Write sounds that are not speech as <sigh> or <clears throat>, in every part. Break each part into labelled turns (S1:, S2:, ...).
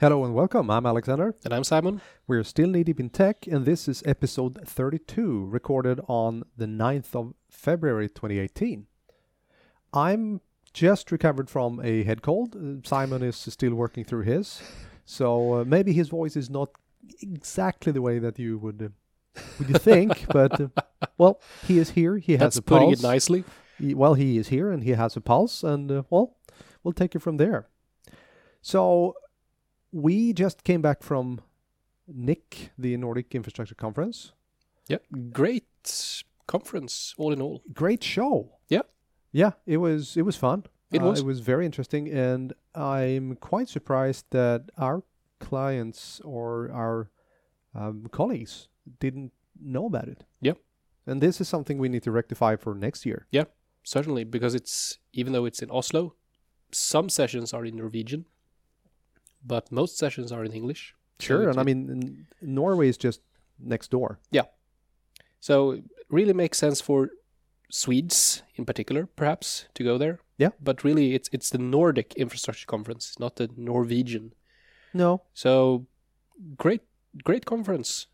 S1: Hello and welcome. I'm Alexander.
S2: And I'm Simon.
S1: We're still knee deep in tech, and this is episode 32, recorded on the 9th of February 2018. I'm just recovered from a head cold. Uh, Simon is still working through his, so uh, maybe his voice is not exactly the way that you would. Uh, would you think? but uh, well, he is here. He has
S2: <laughs> That's
S1: a
S2: putting
S1: pulse.
S2: it nicely.
S1: He- well, he is here and he has a pulse, and uh, well, we'll take it from there. So, we just came back from NIC, the Nordic Infrastructure Conference.
S2: Yeah. Great conference, all in all.
S1: Great show.
S2: Yeah.
S1: yeah, it was it was fun.
S2: It
S1: Uh,
S2: was.
S1: it was very interesting, and I'm quite surprised that our clients or our um, colleagues didn't know about it.
S2: Yeah.
S1: and this is something we need to rectify for next year.
S2: Yeah, certainly, because it's even though it's in Oslo, some sessions are in Norwegian, but most sessions are in English. So
S1: Sure,
S2: it-
S1: and I mean n- Norway is just next door.
S2: so it really makes sense for Swedes in particular, perhaps, to go there.
S1: Yeah.
S2: But really, it's it's the Nordic infrastructure conference, not the Norwegian.
S1: No,
S2: So great, great conference.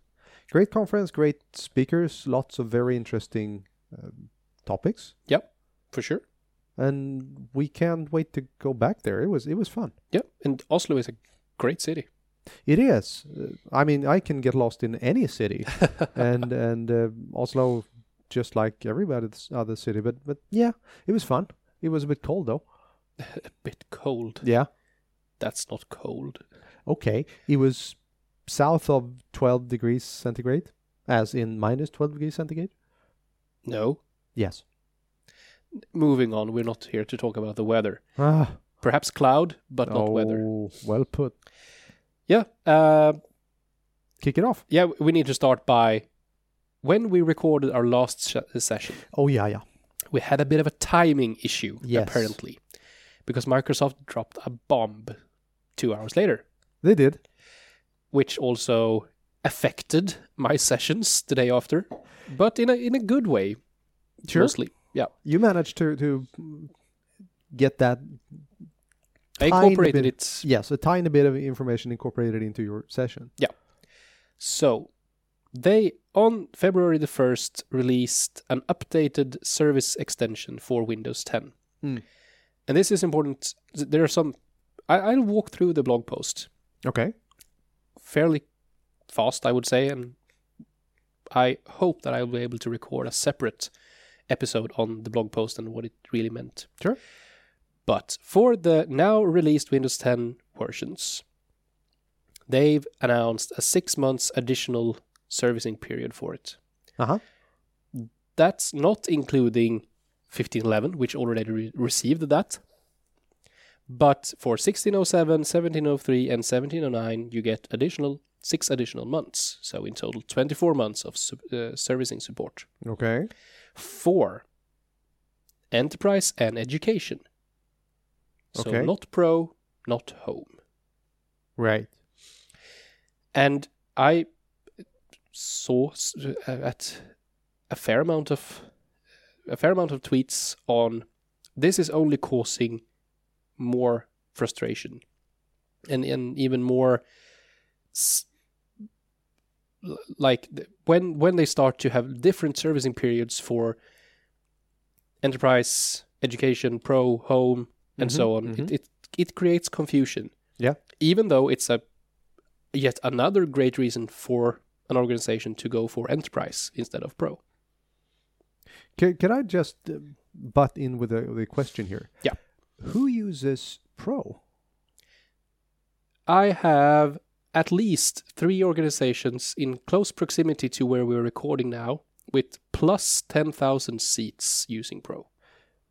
S1: great conference, great speakers, lots of very interesting um, topics,
S2: Yeah, for sure.
S1: and we can't wait to go back there. It was it was fun.
S2: Yeah, and Oslo is a great city.
S1: It is. Uh, I mean, I can get lost in any city, and and uh, Oslo, just like everybody's other city. But but yeah, it was fun. It was a bit cold though.
S2: a bit cold.
S1: Yeah.
S2: That's not cold.
S1: Okay. It was south of twelve degrees centigrade, as in minus twelve degrees centigrade.
S2: No.
S1: Yes.
S2: Moving on, we're not here to talk about the weather.
S1: Ah,
S2: Perhaps cloud, but not weather.
S1: oh, Well put.
S2: Yeah. Uh,
S1: Kick it off.
S2: yeah, we need to start by when we recorded our last sh- session,
S1: Oh yeah, yeah.
S2: we had a bit of a timing issue,
S1: Yes.
S2: apparently, because Microsoft dropped a bomb two hours later,
S1: They did.
S2: which also affected my sessions the day after, but in a, in a good way,
S1: Sure.
S2: mostly. Yeah.
S1: You managed to to get that
S2: I
S1: Tiny
S2: incorporated
S1: bit.
S2: it
S1: yes, a tiny bit of information incorporated into your session.
S2: So, they on February the 1st released an updated service extension for Windows 10.
S1: Mm.
S2: And this is important. There are some. I, I'll walk through the blog post
S1: Okay.
S2: fairly fast, I would say, and I hope that I'll be able to record a separate episode on the blog post and what it really meant.
S1: Sure.
S2: But for the now released Windows 10 versions, they've announced a six months additional servicing period for it.
S1: Uh
S2: Uh-huh.
S1: huh.
S2: That's not including 1511, which already re- received that. But for 1607, 1703, and 1709, you get additional six additional months. So in total, 24 months of su- uh, servicing support
S1: Okay.
S2: for enterprise and education. So
S1: Okay.
S2: not pro, not home.
S1: Right.
S2: And I saw s- uh, at a fair amount of a fair amount of tweets on this is only causing more frustration and and even more s- l- like th- when when they start to have different servicing periods for enterprise education pro home and
S1: Mhm,
S2: so on
S1: mhm.
S2: it, it it creates confusion
S1: Yeah.
S2: even though it's a yet another great reason for an organization to go for enterprise instead of pro.
S1: Can, can I just uh, butt in with a, with a question here?
S2: Yeah.
S1: Who uses Pro?
S2: I have at least three organizations in close proximity to where we're recording now with plus 10,000 seats using pro.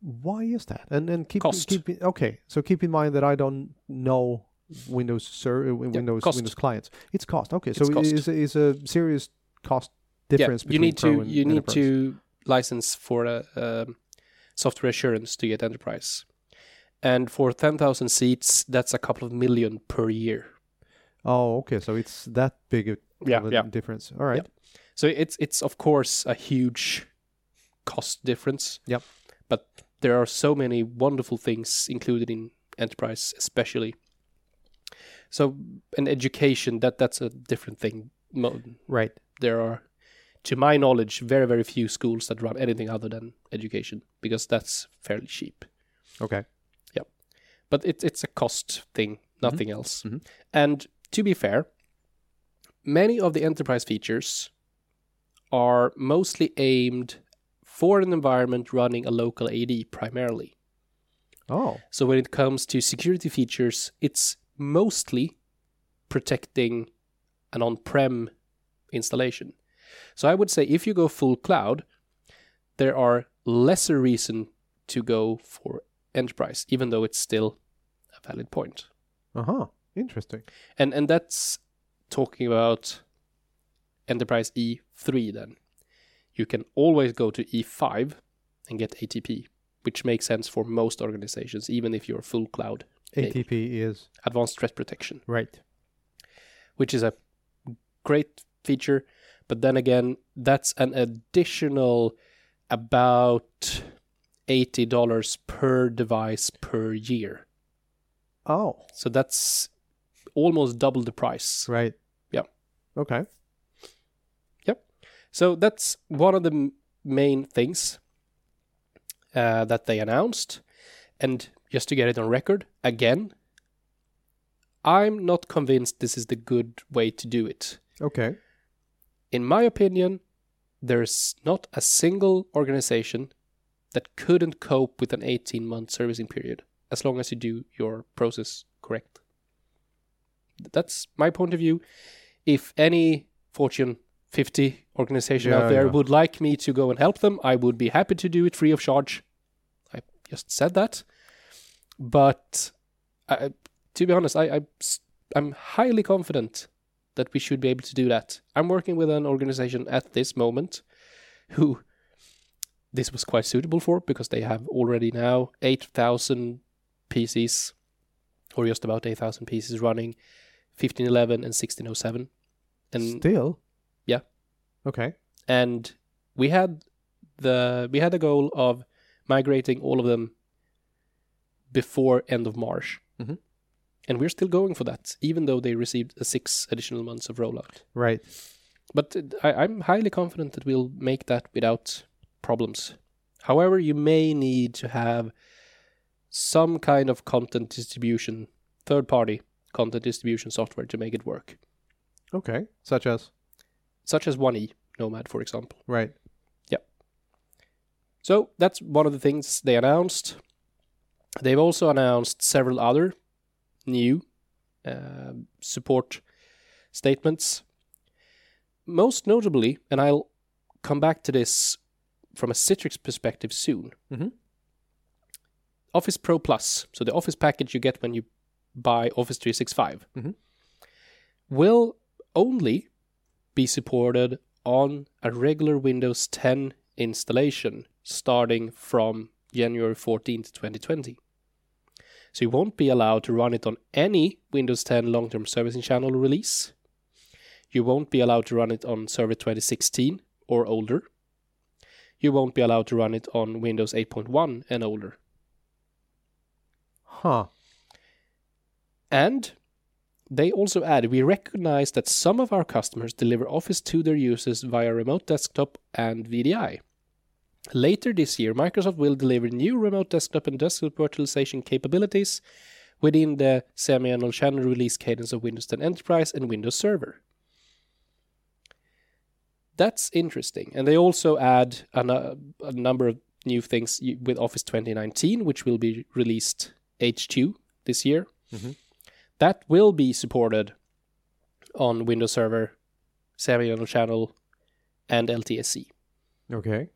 S1: Why is that? And and keep
S2: Cost.
S1: keep in- okay. So keep in mind that I don't know Windows ser- uh, Win-
S2: Yeah,
S1: Windows
S2: cost.
S1: Windows clients. It's cost. Okay. So
S2: It's cost.
S1: it's is a serious cost difference
S2: you
S1: between
S2: need
S1: Pro
S2: to
S1: and
S2: you need
S1: Enterprise.
S2: to license for a um, software assurance to get enterprise. And for 10,000 seats, that's a couple of million per year.
S1: Oh, okay. So it's that big a
S2: Yeah,
S1: of a
S2: yeah.
S1: difference. All right.
S2: So it's it's of course a huge cost difference.
S1: Yep.
S2: But there are so many wonderful things included in enterprise, especially so an education that that's a different thing. Mo-
S1: Right.
S2: There are, to my knowledge, very very few schools that run anything other than education because that's fairly cheap.
S1: Okay.
S2: But it, it's a cost thing, nothing else.
S1: Mhm.
S2: And to be fair, many of the enterprise features are mostly aimed for an environment running a local AD primarily.
S1: Oh.
S2: So when it comes to security features, it's mostly protecting an on-prem installation. So I would say if you go full cloud, there are lesser reason to go for enterprise, even though it's still a valid point.
S1: Uh huh. Interesting.
S2: And and that's talking about enterprise E3 then. You can always go to E5 and get ATP, which makes sense for most organizations, even if you're full cloud
S1: ATP is
S2: advanced threat protection,
S1: right.
S2: which is a great feature. But then again, that's an additional about $80 per device per year.
S1: Oh.
S2: So that's almost double the price.
S1: Right.
S2: Yeah.
S1: Okay.
S2: So that's one of the m- main things uh, that they announced. And just to get it on record again, I'm not convinced this is the good way to do it.
S1: Okay.
S2: in my opinion, there's not a single organization that couldn't cope with an 18 month servicing period as long as you do your process correct. That's my point of view. If any Fortune 50 organization
S1: Yeah,
S2: out there
S1: yeah.
S2: would like me to go and help them, I would be happy to do it free of charge. I just said that. But I, to be honest, I, I, I'm highly confident that we should be able to do that. I'm working with an organization at this moment who this was quite suitable for because they have already now 8,000 PCs or just about 8,000 PCs running 1511 and 1607. And
S1: Still.
S2: Yeah.
S1: Okay.
S2: and we had the we had a goal of migrating all of them before end of March.
S1: Mhm.
S2: And we're still going for that, even though they received a six additional months of rollout.
S1: Right.
S2: But uh, I, I'm highly confident that we'll make that without problems. However, you may need to have some kind of content distribution, third party content distribution software to make it work,
S1: Okay. Such as.
S2: such as 1E Nomad, for example.
S1: Right.
S2: So that's one of the things they announced. They've also announced several other new uh, support statements. Most notably, and I'll come back to this from a Citrix perspective soon.
S1: Mhm.
S2: Office Pro Plus, so the Office package you get when you buy Office 365,
S1: Mhm.
S2: will only be supported on a regular Windows 10 installation starting from January 14th, 2020. So you won't be allowed to run it on any Windows 10 long term servicing channel release. You won't be allowed to run it on Server 2016 or older. You won't be allowed to run it on Windows 8.1 and older.
S1: Huh.
S2: And they also add we recognize that some of our customers deliver Office to their users via remote desktop and VDI. Later this year, Microsoft will deliver new remote desktop and desktop virtualization capabilities within the semi annual channel release cadence of Windows 10 Enterprise and Windows Server. That's interesting. And they also add a, nu- a number of new things y- with Office 2019, which will be released H2 this year that will be supported on Windows Server, Serial Channel, and LTSC
S1: Okay.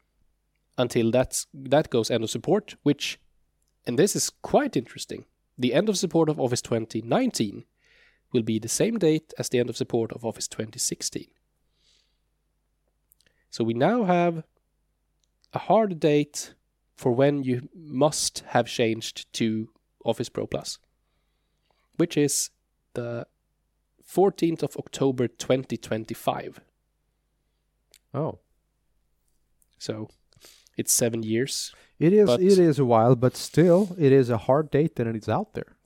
S2: until that's that goes end of support. Which, and this is quite interesting, the end of support of Office 2019 will be the same date as the end of support of Office 2016. So we now have a hard date for when you must have changed to Office Pro Plus, which is the 14th of October 2025.
S1: Oh.
S2: So it's seven years.
S1: It is.
S2: But-
S1: it is a while, but still, it is a hard date, and it's out there.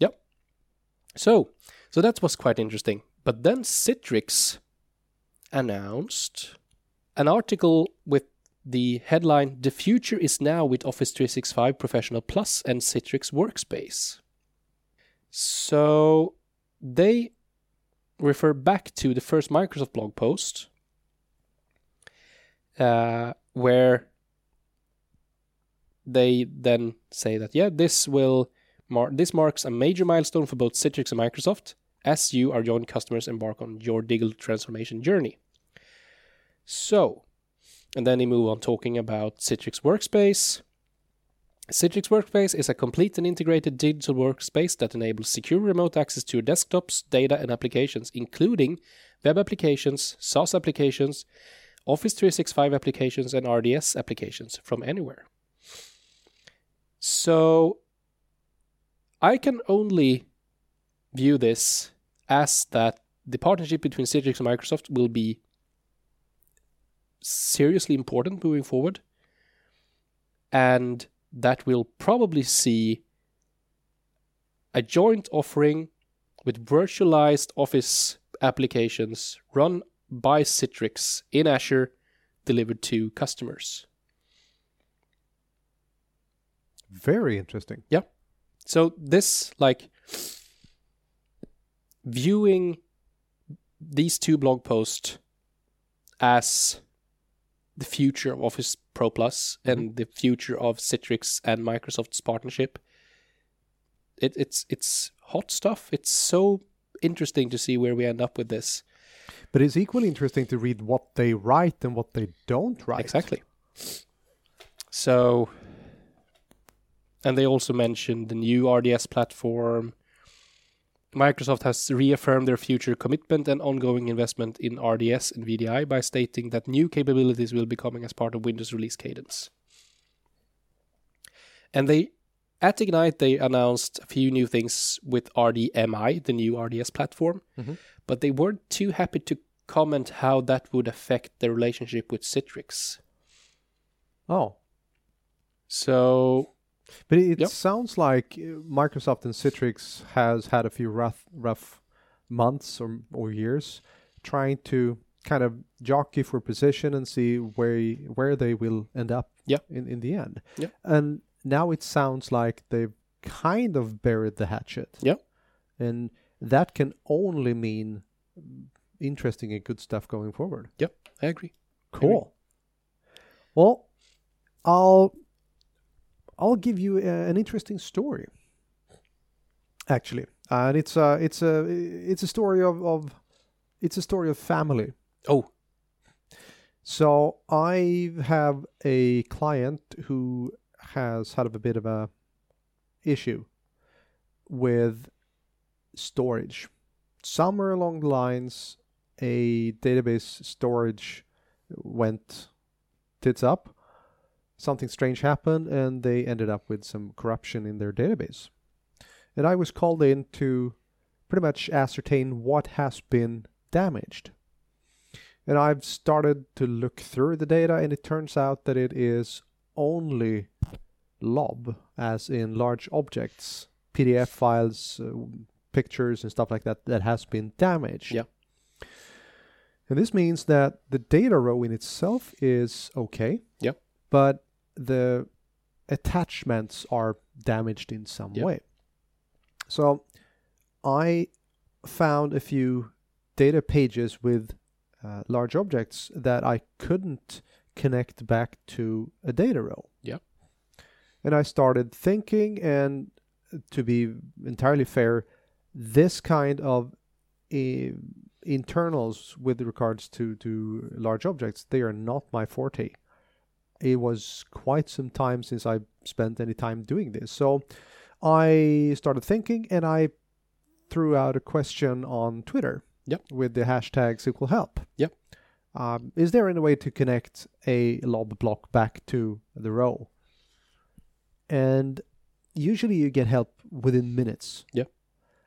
S2: So So that was quite interesting. But then Citrix announced an article with the headline The Future is Now with Office 365 Professional Plus and Citrix Workspace. So they refer back to the first Microsoft blog post uh, where they then say that, yeah, this will. Mar- this marks a major milestone for both Citrix and Microsoft as you, our joint customers, embark on your digital transformation journey. So, and then they move on talking about Citrix Workspace. Citrix Workspace is a complete and integrated digital workspace that enables secure remote access to your desktops, data, and applications, including web applications, SaaS applications, Office 365 applications, and RDS applications from anywhere. So, I can only view this as that the partnership between Citrix and Microsoft will be seriously important moving forward. And that we'll probably see a joint offering with virtualized Office applications run by Citrix in Azure delivered to customers.
S1: Very interesting.
S2: Yeah. So this like viewing these two blog posts as the future of Office Pro Plus and the future of Citrix and Microsoft's partnership. It, it's it's hot stuff. It's so interesting to see where we end up with this.
S1: But it's equally interesting to read what they write and what they don't write.
S2: Exactly. So, and they also mentioned the new RDS platform. Microsoft has reaffirmed their future commitment and ongoing investment in RDS and VDI by stating that new capabilities will be coming as part of Windows release cadence. And they at Ignite they announced a few new things with RDMI, the new RDS platform,
S1: Mhm.
S2: but they weren't too happy to comment how that would affect their relationship with Citrix.
S1: Oh,
S2: So
S1: But it
S2: Yep.
S1: sounds like uh, Microsoft and Citrix has had a few rough, rough months or, or years trying to kind of jockey for position and see where where they will end up
S2: Yeah.
S1: in, in the end.
S2: Yeah.
S1: And now it sounds like they've kind of buried the hatchet.
S2: Yeah.
S1: And that can only mean mm, interesting and good stuff going forward.
S2: yep, I agree.
S1: Cool. Well, I'll I'll give you uh, an interesting story. Actually, and it's a it's a it's a story of, of it's a story of family.
S2: Oh,
S1: So I have a client who has had a bit of a issue with storage. Somewhere along the lines, a database storage went tits up. Something strange happened, and they ended up with some corruption in their database. And I was called in to pretty much ascertain what has been damaged. And I've started to look through the data, and it turns out that it is only LOB, as in large objects, PDF files, uh, pictures, and stuff like that, that has been damaged.
S2: Yeah.
S1: And this means that the data row in itself is okay.
S2: Yeah.
S1: But the attachments are damaged in some
S2: Yeah.
S1: way. So I found a few data pages with uh, large objects that I couldn't connect back to a data row.
S2: Yep.
S1: And I started thinking, and to be entirely fair, this kind of eh, internals with regards to, to large objects, they are not my forte. It was quite some time since I spent any time doing this. So I started thinking and I threw out a question on Twitter
S2: Yep.
S1: with the hashtag SQLHelp.
S2: Yep.
S1: Um, is there any way to connect a lob block back to the row? And usually you get help within minutes.
S2: Yeah.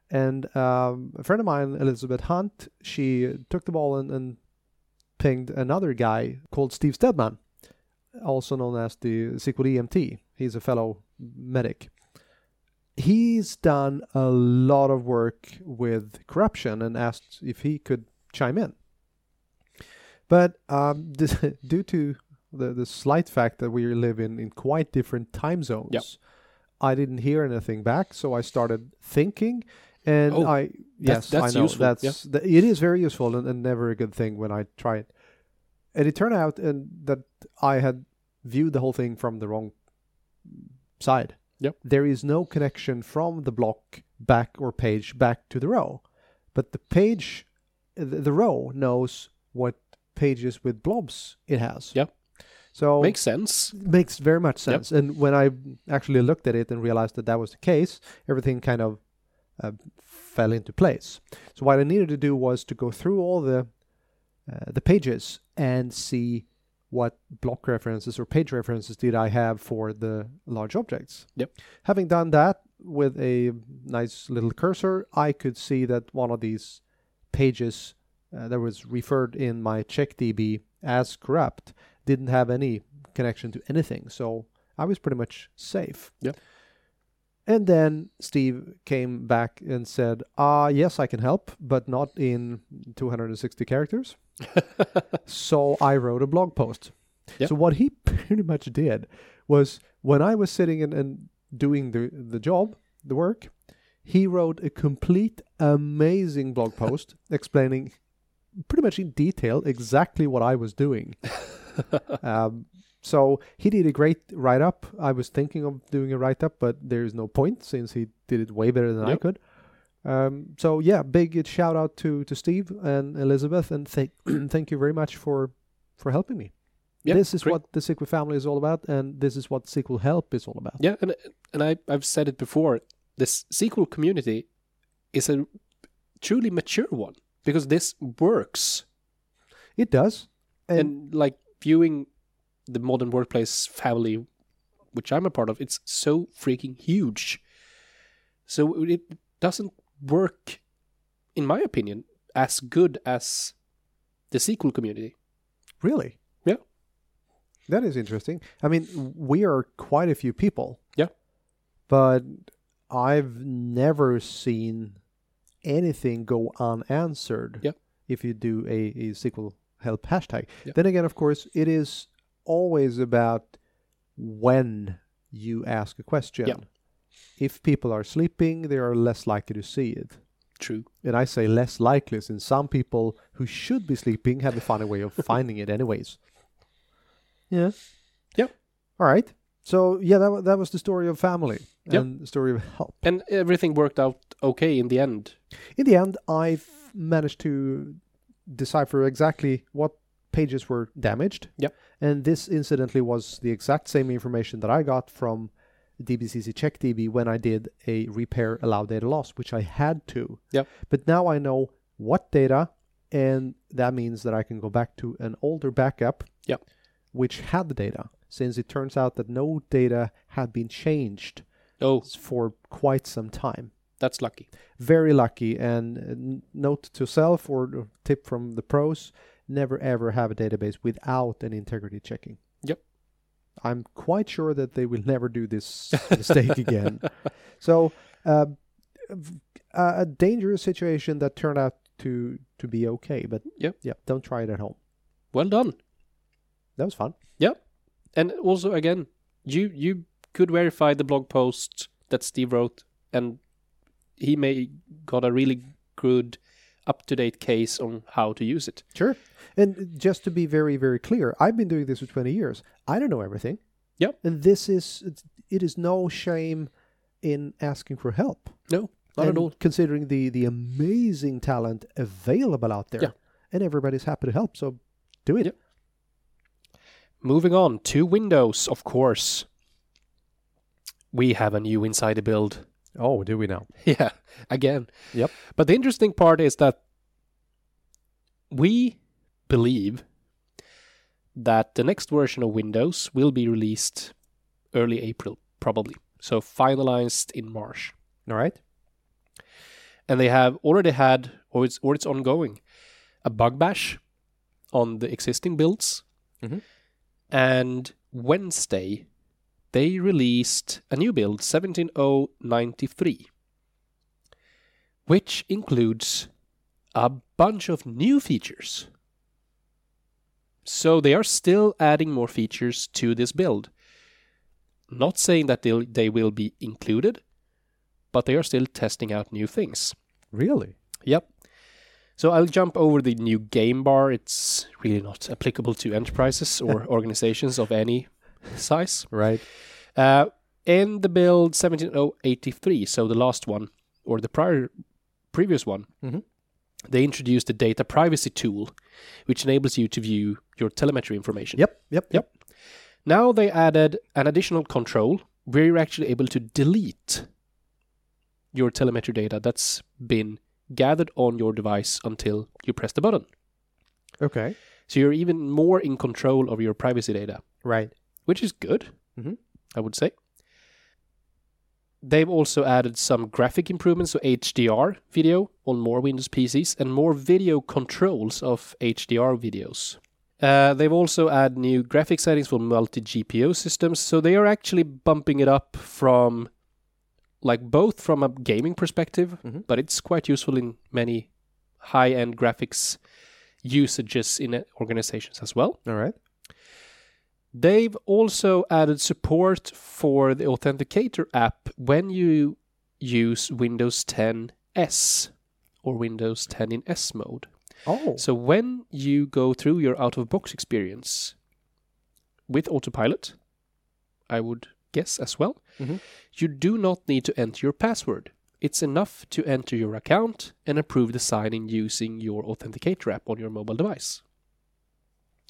S1: And um, a friend of mine, Elizabeth Hunt, she took the ball and, and pinged another guy called Steve Stedman, E also known as the SQL EMT. He's a fellow medic. he's done a lot of work with corruption and asked if he could chime in. But um, <laughs> this, due to the, the slight fact that we live in, in quite different time zones,
S2: Yep.
S1: I didn't hear anything back. So I started thinking. And
S2: Oh,
S1: I, yes,
S2: that's
S1: I know
S2: useful,
S1: that's th- it is very useful and, and never a good thing when I try it. And it turned out and that I had viewed the whole thing from the wrong side.
S2: Yep.
S1: There is no connection from the block back or page back to the row, but the page, the, the row knows what pages with blobs it has.
S2: Yep.
S1: So
S2: Makes sense.
S1: it makes very much sense. And when I actually looked at it and realized that that was the case, everything kind of uh, fell into place. So what I needed to do was to go through all the uh, the pages and see what block references or page references did I have for the large objects.
S2: Yep.
S1: Having done that with a nice little cursor, I could see that one of these pages uh, that was referred in my CheckDB as corrupt didn't have any connection to anything. So I was pretty much safe.
S2: Yep.
S1: And then Steve came back and said, "Ah, yes, I can help, but not in 260
S2: <laughs>
S1: characters." so I wrote a blog post.
S2: Yep.
S1: So what he <laughs> pretty much did was when I was sitting and, and doing the the job, the work, he wrote a complete amazing blog
S2: <laughs>
S1: post explaining pretty much in detail exactly what I was
S2: <laughs>
S1: doing. um, so he did a great write up. I was thinking of doing a write up, but there is no point since he did it way better than I
S2: Yep.
S1: could. Um, so yeah, big shout out to to Steve and Elizabeth, and thank <clears throat> thank you very much for for helping me.
S2: Yep,
S1: this is
S2: great.
S1: what the SQL family is all about, and this is what SQL help is all about.
S2: Yeah, and and I I've said it before. This SQL community is a truly mature one because this works.
S1: It does,
S2: And,
S1: and
S2: like viewing the modern workplace family, which I'm a part of, it's so freaking huge. So it doesn't work, in my opinion, as good as the SQL community.
S1: Really?
S2: Yeah.
S1: That is interesting. I mean, we are quite a few people.
S2: Yeah.
S1: But I've never seen anything go unanswered
S2: Yeah.
S1: if you do a, a SQL help hashtag.
S2: Yeah.
S1: Then again, of course, it is always about when you ask a question.
S2: Yeah.
S1: If people are sleeping, they are less likely to see it
S2: True.
S1: and I say less likely since some people who should be sleeping have a funny way of <laughs> finding it anyways. Yeah.
S2: Yeah.
S1: All right. So yeah, that, wa- that was the story of family
S2: Yeah.
S1: and the story of help.
S2: And everything worked out okay in the end.
S1: In the end, I f- managed to decipher exactly what pages were damaged.
S2: Yep.
S1: And this incidentally was the exact same information that I got from DBCC CheckDB when I did a repair allow data loss, which I had to.
S2: Yep.
S1: But now I know what data, and that means that I can go back to an older backup.
S2: Yep.
S1: Which had the data, since it turns out that no data had been changed
S2: Oh,
S1: for quite some time
S2: that's lucky.
S1: very lucky and uh, n- note to self or uh, tip from the pros never ever have a database without an integrity checking
S2: Yep.
S1: i'm quite sure that they will <laughs> never do
S2: <laughs>
S1: this mistake again so uh, v- a a dangerous situation that turned out to to be okay but
S2: Yep.
S1: yeah don't try it at home
S2: Well done.
S1: that was fun
S2: And also, again, you you could verify the blog post that Steve wrote, and he may got a really good, up to date case on how to use it.
S1: sure and just to be very very clear i've been doing this for 20 years i don't know everything
S2: Yep.
S1: and this is it's- it is no shame in asking for help
S2: No, not
S1: And
S2: at all.
S1: Considering the the amazing talent available out there,
S2: Yeah.
S1: and everybody's happy to help, so do it.
S2: Yep. Moving on to Windows, of course. We have a new insider build. <laughs>
S1: Oh, do we now?
S2: Yeah, again.
S1: Yep.
S2: But the interesting part is that we believe that the next version of Windows will be released early April, probably. So finalized in March.
S1: All right.
S2: And they have already had, or it's, or it's ongoing, a bug bash on the existing builds.
S1: Mhm.
S2: And Wednesday, they released a new build, 17093, which includes a bunch of new features. So they are still adding more features to this build. Not saying that they'll, they will be included, but they are still testing out new things.
S1: Really?
S2: Yep. So I'll jump over the new game bar. It's really not applicable to enterprises or organizations of any size.
S1: Right.
S2: Uh, in the build 17083, so the last one or the prior previous one,
S1: Mhm.
S2: they introduced a data privacy tool, which enables you to view your telemetry information.
S1: Yep. Yep.
S2: Yep. Now they added an additional control where you're actually able to delete your telemetry data that's been gathered on your device until you press the button.
S1: Okay.
S2: So you're even more in control of your privacy data
S1: Right.
S2: which is good,
S1: Mhm.
S2: I would say. They've also added some graphic improvements, so HDR video on more Windows PCs and more video controls of HDR videos. Uh, they've also added new graphic settings for multi GPO systems, so they are actually bumping it up from, like, both from a gaming perspective,
S1: Mhm.
S2: but it's quite useful in many high end graphics usages in uh, organizations as well.
S1: All right.
S2: They've also added support for the Authenticator app when you use Windows 10 S or Windows 10 in S mode.
S1: Oh.
S2: So when you go through your out of box experience with autopilot, I would guess as well,
S1: Mhm.
S2: you do not need to enter your password. It's enough to enter your account and approve the sign in using your authenticator app on your mobile device.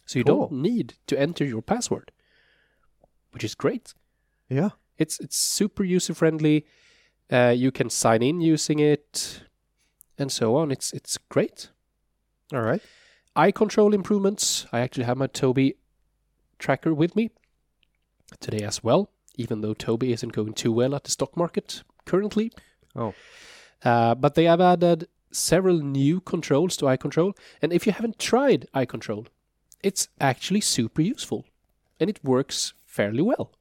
S2: So you
S1: Cool.
S2: don't need to enter your password, which is great.
S1: yeah.
S2: It's it's super user friendly. Uh, you can sign in using it, and so on. It's it's great
S1: All right.
S2: eye control improvements. I actually have my Toby tracker with me today as well, even though Toby isn't going too well at the stock market currently.
S1: Oh.
S2: Uh, but they have added several new controls to eye control. And if you haven't tried eye control, it's actually super useful and it works fairly well.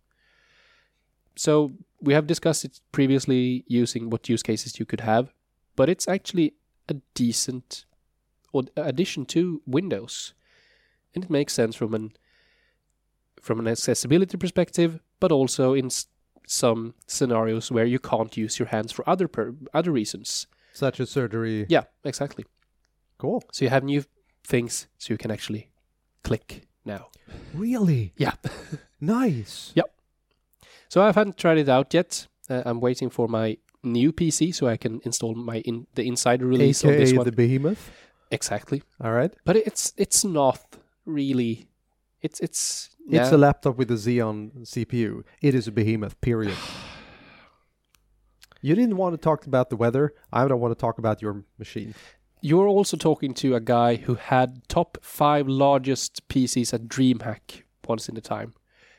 S2: So we have discussed it previously using what use cases you could have, but it's actually a decent or addition to Windows, and it makes sense from an from an accessibility perspective, but also in s- some scenarios where you can't use your hands for other per- other reasons.
S1: Such a surgery.
S2: Yeah, exactly.
S1: Cool.
S2: So you have new things, so you can actually click now.
S1: Really
S2: Yeah.
S1: nice.
S2: <laughs> So I haven't tried it out yet. Uh, I'm waiting for my new PC so I can install my in- the inside release of this
S1: AKA
S2: one.
S1: E the behemoth.
S2: exactly.
S1: All right.
S2: But it's it's not really. It's it's
S1: It's a laptop with a Xeon CPU. It is a behemoth. Period. you didn't want to talk about the weather. I don't want to talk about your machine.
S2: You're also talking to a guy who had top five largest PCs at DreamHack once in a time.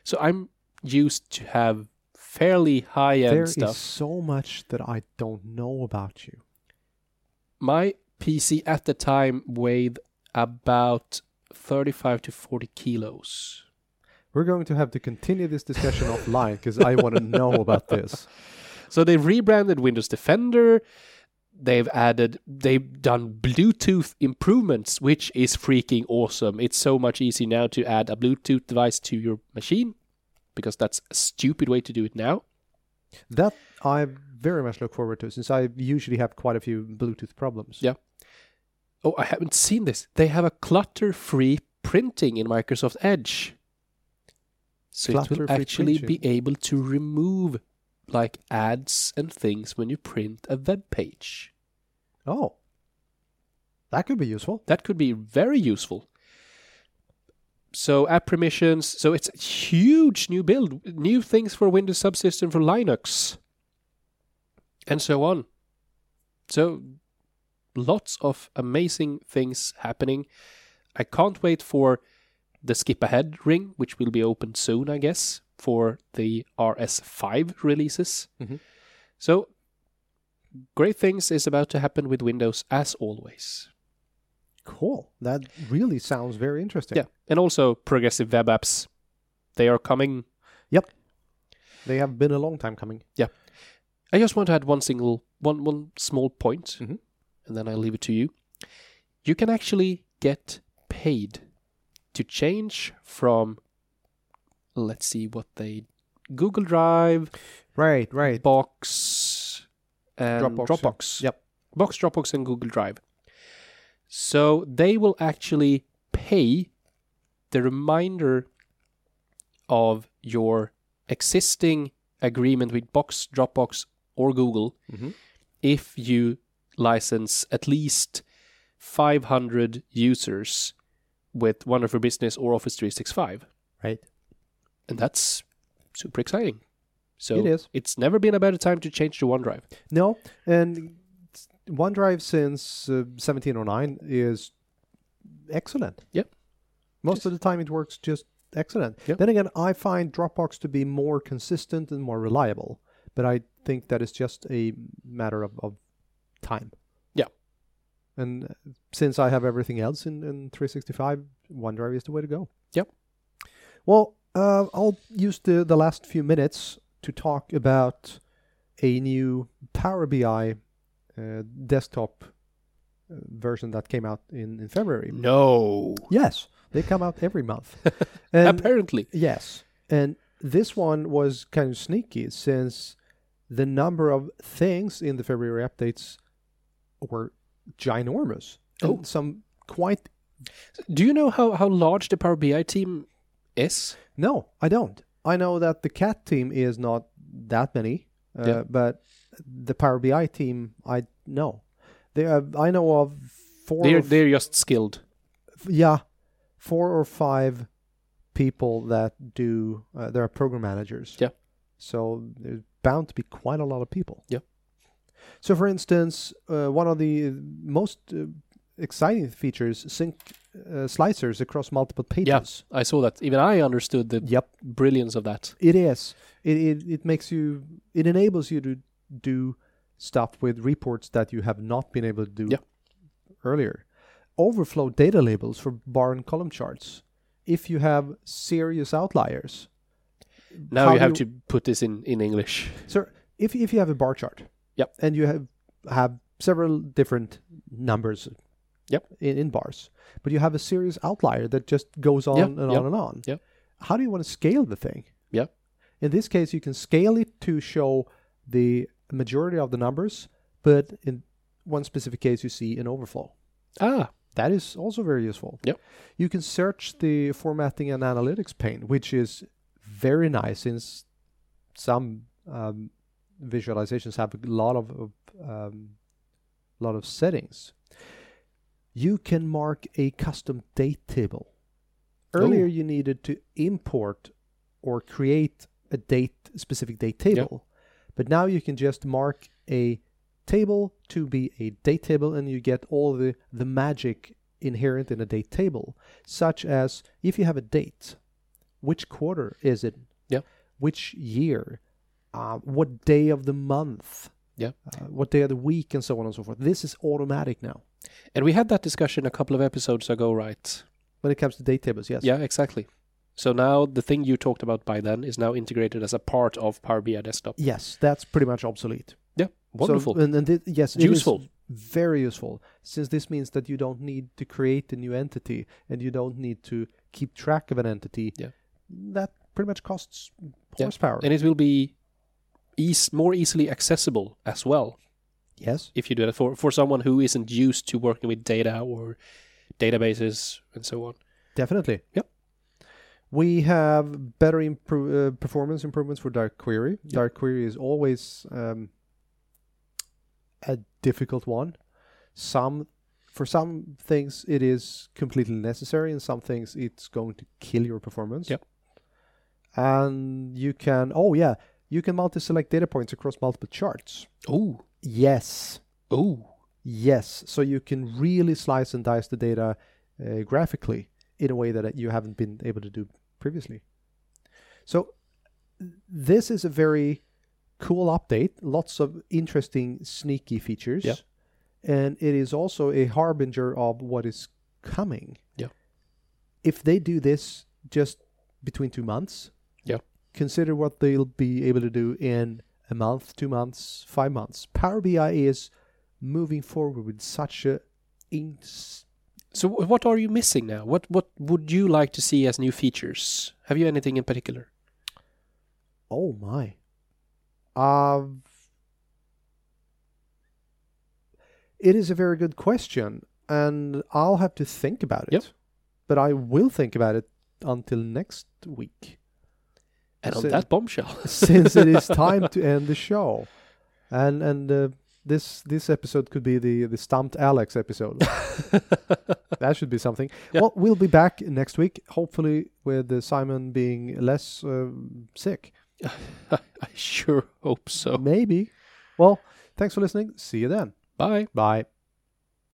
S2: So I'm used to have fairly high end
S1: There is
S2: stuff.
S1: so much that I don't know about you.
S2: My PC at the time weighed about 35 to 40 kilos.
S1: We're going to have to continue this
S2: <laughs>
S1: discussion offline because I want to know about this.
S2: So they've rebranded Windows Defender. They've added, they've done Bluetooth improvements, which is freaking awesome. It's so much easier now to add a Bluetooth device to your machine because that's a stupid way to do it now.
S1: That I very much look forward to since I usually have quite a few Bluetooth problems.
S2: Yeah. Oh, I haven't seen this. They have a clutter free printing in Microsoft Edge. So it will
S1: Clutter-free
S2: actually be
S1: printing.
S2: able to remove like ads and things when you print a web page.
S1: Oh. That could be useful.
S2: That could be very useful. So app permissions. So it's a huge new build, new things for Windows subsystem for Linux, and so on. So lots of amazing things happening. I can't wait for the skip ahead ring, which will be open soon, I guess, for the RS5 releases.
S1: Mhm.
S2: So great things is about to happen with Windows as always.
S1: Cool. That really sounds very interesting.
S2: Yeah, and also progressive web apps. They are coming.
S1: Yep. They have been a long time coming.
S2: I just want to add one single, one one small point,
S1: Mhm.
S2: and then I leave it to you. You can actually get paid to change from. Let's see what they Google Drive,
S1: Right, right.
S2: Box, and
S1: Dropbox.
S2: Dropbox.
S1: Yep.
S2: Box, Dropbox, and Google Drive. So they will actually pay the reminder of your existing agreement with Box, Dropbox, or Google
S1: Mhm.
S2: if you license at least 500 users with One for Business or Office 365.
S1: Right.
S2: And that's super exciting. So
S1: It is.
S2: It's never been a better time to change to OneDrive.
S1: No, and s- OneDrive since uh, 1709 is excellent.
S2: Yep.
S1: Most of the time it works just excellent.
S2: Yep.
S1: Then again, I find Dropbox to be more consistent and more reliable, but I think that is just a matter of, of time.
S2: Yeah.
S1: And uh, since I have everything else in, in 365, OneDrive is the way to go.
S2: Yep.
S1: Well, uh, I'll use the, the last few minutes to talk about a new Power BI uh, desktop uh, version that came out in, in February.
S2: No.
S1: Yes, they come out every
S2: <laughs>
S1: month. and
S2: Apparently.
S1: yes, and this one was kind of sneaky since the number of things in the February updates were ginormous. And
S2: Oh.
S1: some quite
S2: Do you know how, how large the Power BI team is?
S1: no, I don't. I know that the cat team is not that many, uh,
S2: Yeah.
S1: but the Power BI team, I know. They have, I know of four.
S2: They're,
S1: or
S2: they're just skilled.
S1: f- yeah, four or five people that do. Uh, there are program managers.
S2: Yeah.
S1: So there's bound to be quite a lot of people.
S2: Yeah.
S1: So, for instance, uh, one of the most uh, exciting features: sync uh, slicers across multiple pages.
S2: I saw that. Even I understood the
S1: Yep.
S2: brilliance of that.
S1: It is. It, it it makes you. It enables you to do stuff with reports that you have not been able to do
S2: Yeah.
S1: earlier. Overflow data labels for bar and column charts. If you have serious outliers,
S2: Now
S1: How
S2: you have
S1: you-
S2: to put this in, in English.
S1: so if if you have a bar chart,
S2: Yep.
S1: and you have have several different numbers,
S2: Yep.
S1: in, in bars, but you have a serious outlier that just goes on and
S2: yep,
S1: on and on.
S2: yep.
S1: How do you want to scale the thing?
S2: Yeah.
S1: In this case, you can scale it to show the majority of the numbers, but in one specific case, you see an overflow.
S2: Ah,
S1: That is also very useful.
S2: Yep.
S1: You can search the formatting and analytics pane, which is very nice since some um, visualizations have a lot of, of um, lot of settings. You can mark a custom date table. Earlier,
S2: Oh.
S1: you needed to import or create a date specific date table, but now you can just mark a table to be a date table and you get all the, the magic inherent in a date table such as if you have a date which quarter is it
S2: Yeah.
S1: which year uh, what day of the month
S2: Yeah.
S1: uh, what day of the week and so on and so forth this is automatic now
S2: and we had that discussion a couple of episodes ago, right?
S1: when it comes to date tables yes
S2: Yeah, exactly. So now the thing you talked about by then is now integrated as a part of Power BI Desktop.
S1: yes that's pretty much obsolete
S2: Yeah,
S1: So-
S2: wonderful.
S1: and, and thi- yes it is
S2: Useful.
S1: very useful since this means that you don't need to create a new entity and you don't need to keep track of an entity
S2: Yeah.
S1: that pretty much costs
S2: Yeah.
S1: horsepower
S2: and it will be eas- more easily accessible as well
S1: yes
S2: if you do that for, for someone who isn't used to working with data or databases and so on.
S1: definitely
S2: Yep.
S1: we have better impro- uh, performance improvements for dark query dark query is always um, a difficult one some for some things it is completely necessary and some things it's going to kill your performance
S2: Yep.
S1: and you can oh yeah you can multi-select data points across multiple charts
S2: Oh,
S1: yes
S2: oh,
S1: Yes, so you can really slice and dice the data uh, graphically in a way that uh, you haven't been able to do previously. So this is a very cool update, lots of interesting sneaky features.
S2: Yeah.
S1: And it is also a harbinger of what is coming.
S2: Yeah.
S1: If they do this just between two months,
S2: Yeah.
S1: consider what they'll be able to do in a month, two months, five months. Power BI is moving forward with such a ins-
S2: So wh- what are you missing now? What what would you like to see as new features? Have you anything in particular?
S1: oh my. Uh, it is a very good question, and I'll have to think about it.
S2: Yep.
S1: But I will think about it until next week.
S2: And on
S1: So-
S2: that bombshell. <laughs>
S1: since it is time to end the show. And and uh, this this episode could be the the stumped Alex episode. that should be something.
S2: Yeah.
S1: Well, we'll be back next week, hopefully with uh, Simon being less um sick.
S2: I sure hope so.
S1: Maybe. Well, thanks for listening. See you then.
S2: Bye.
S1: Bye.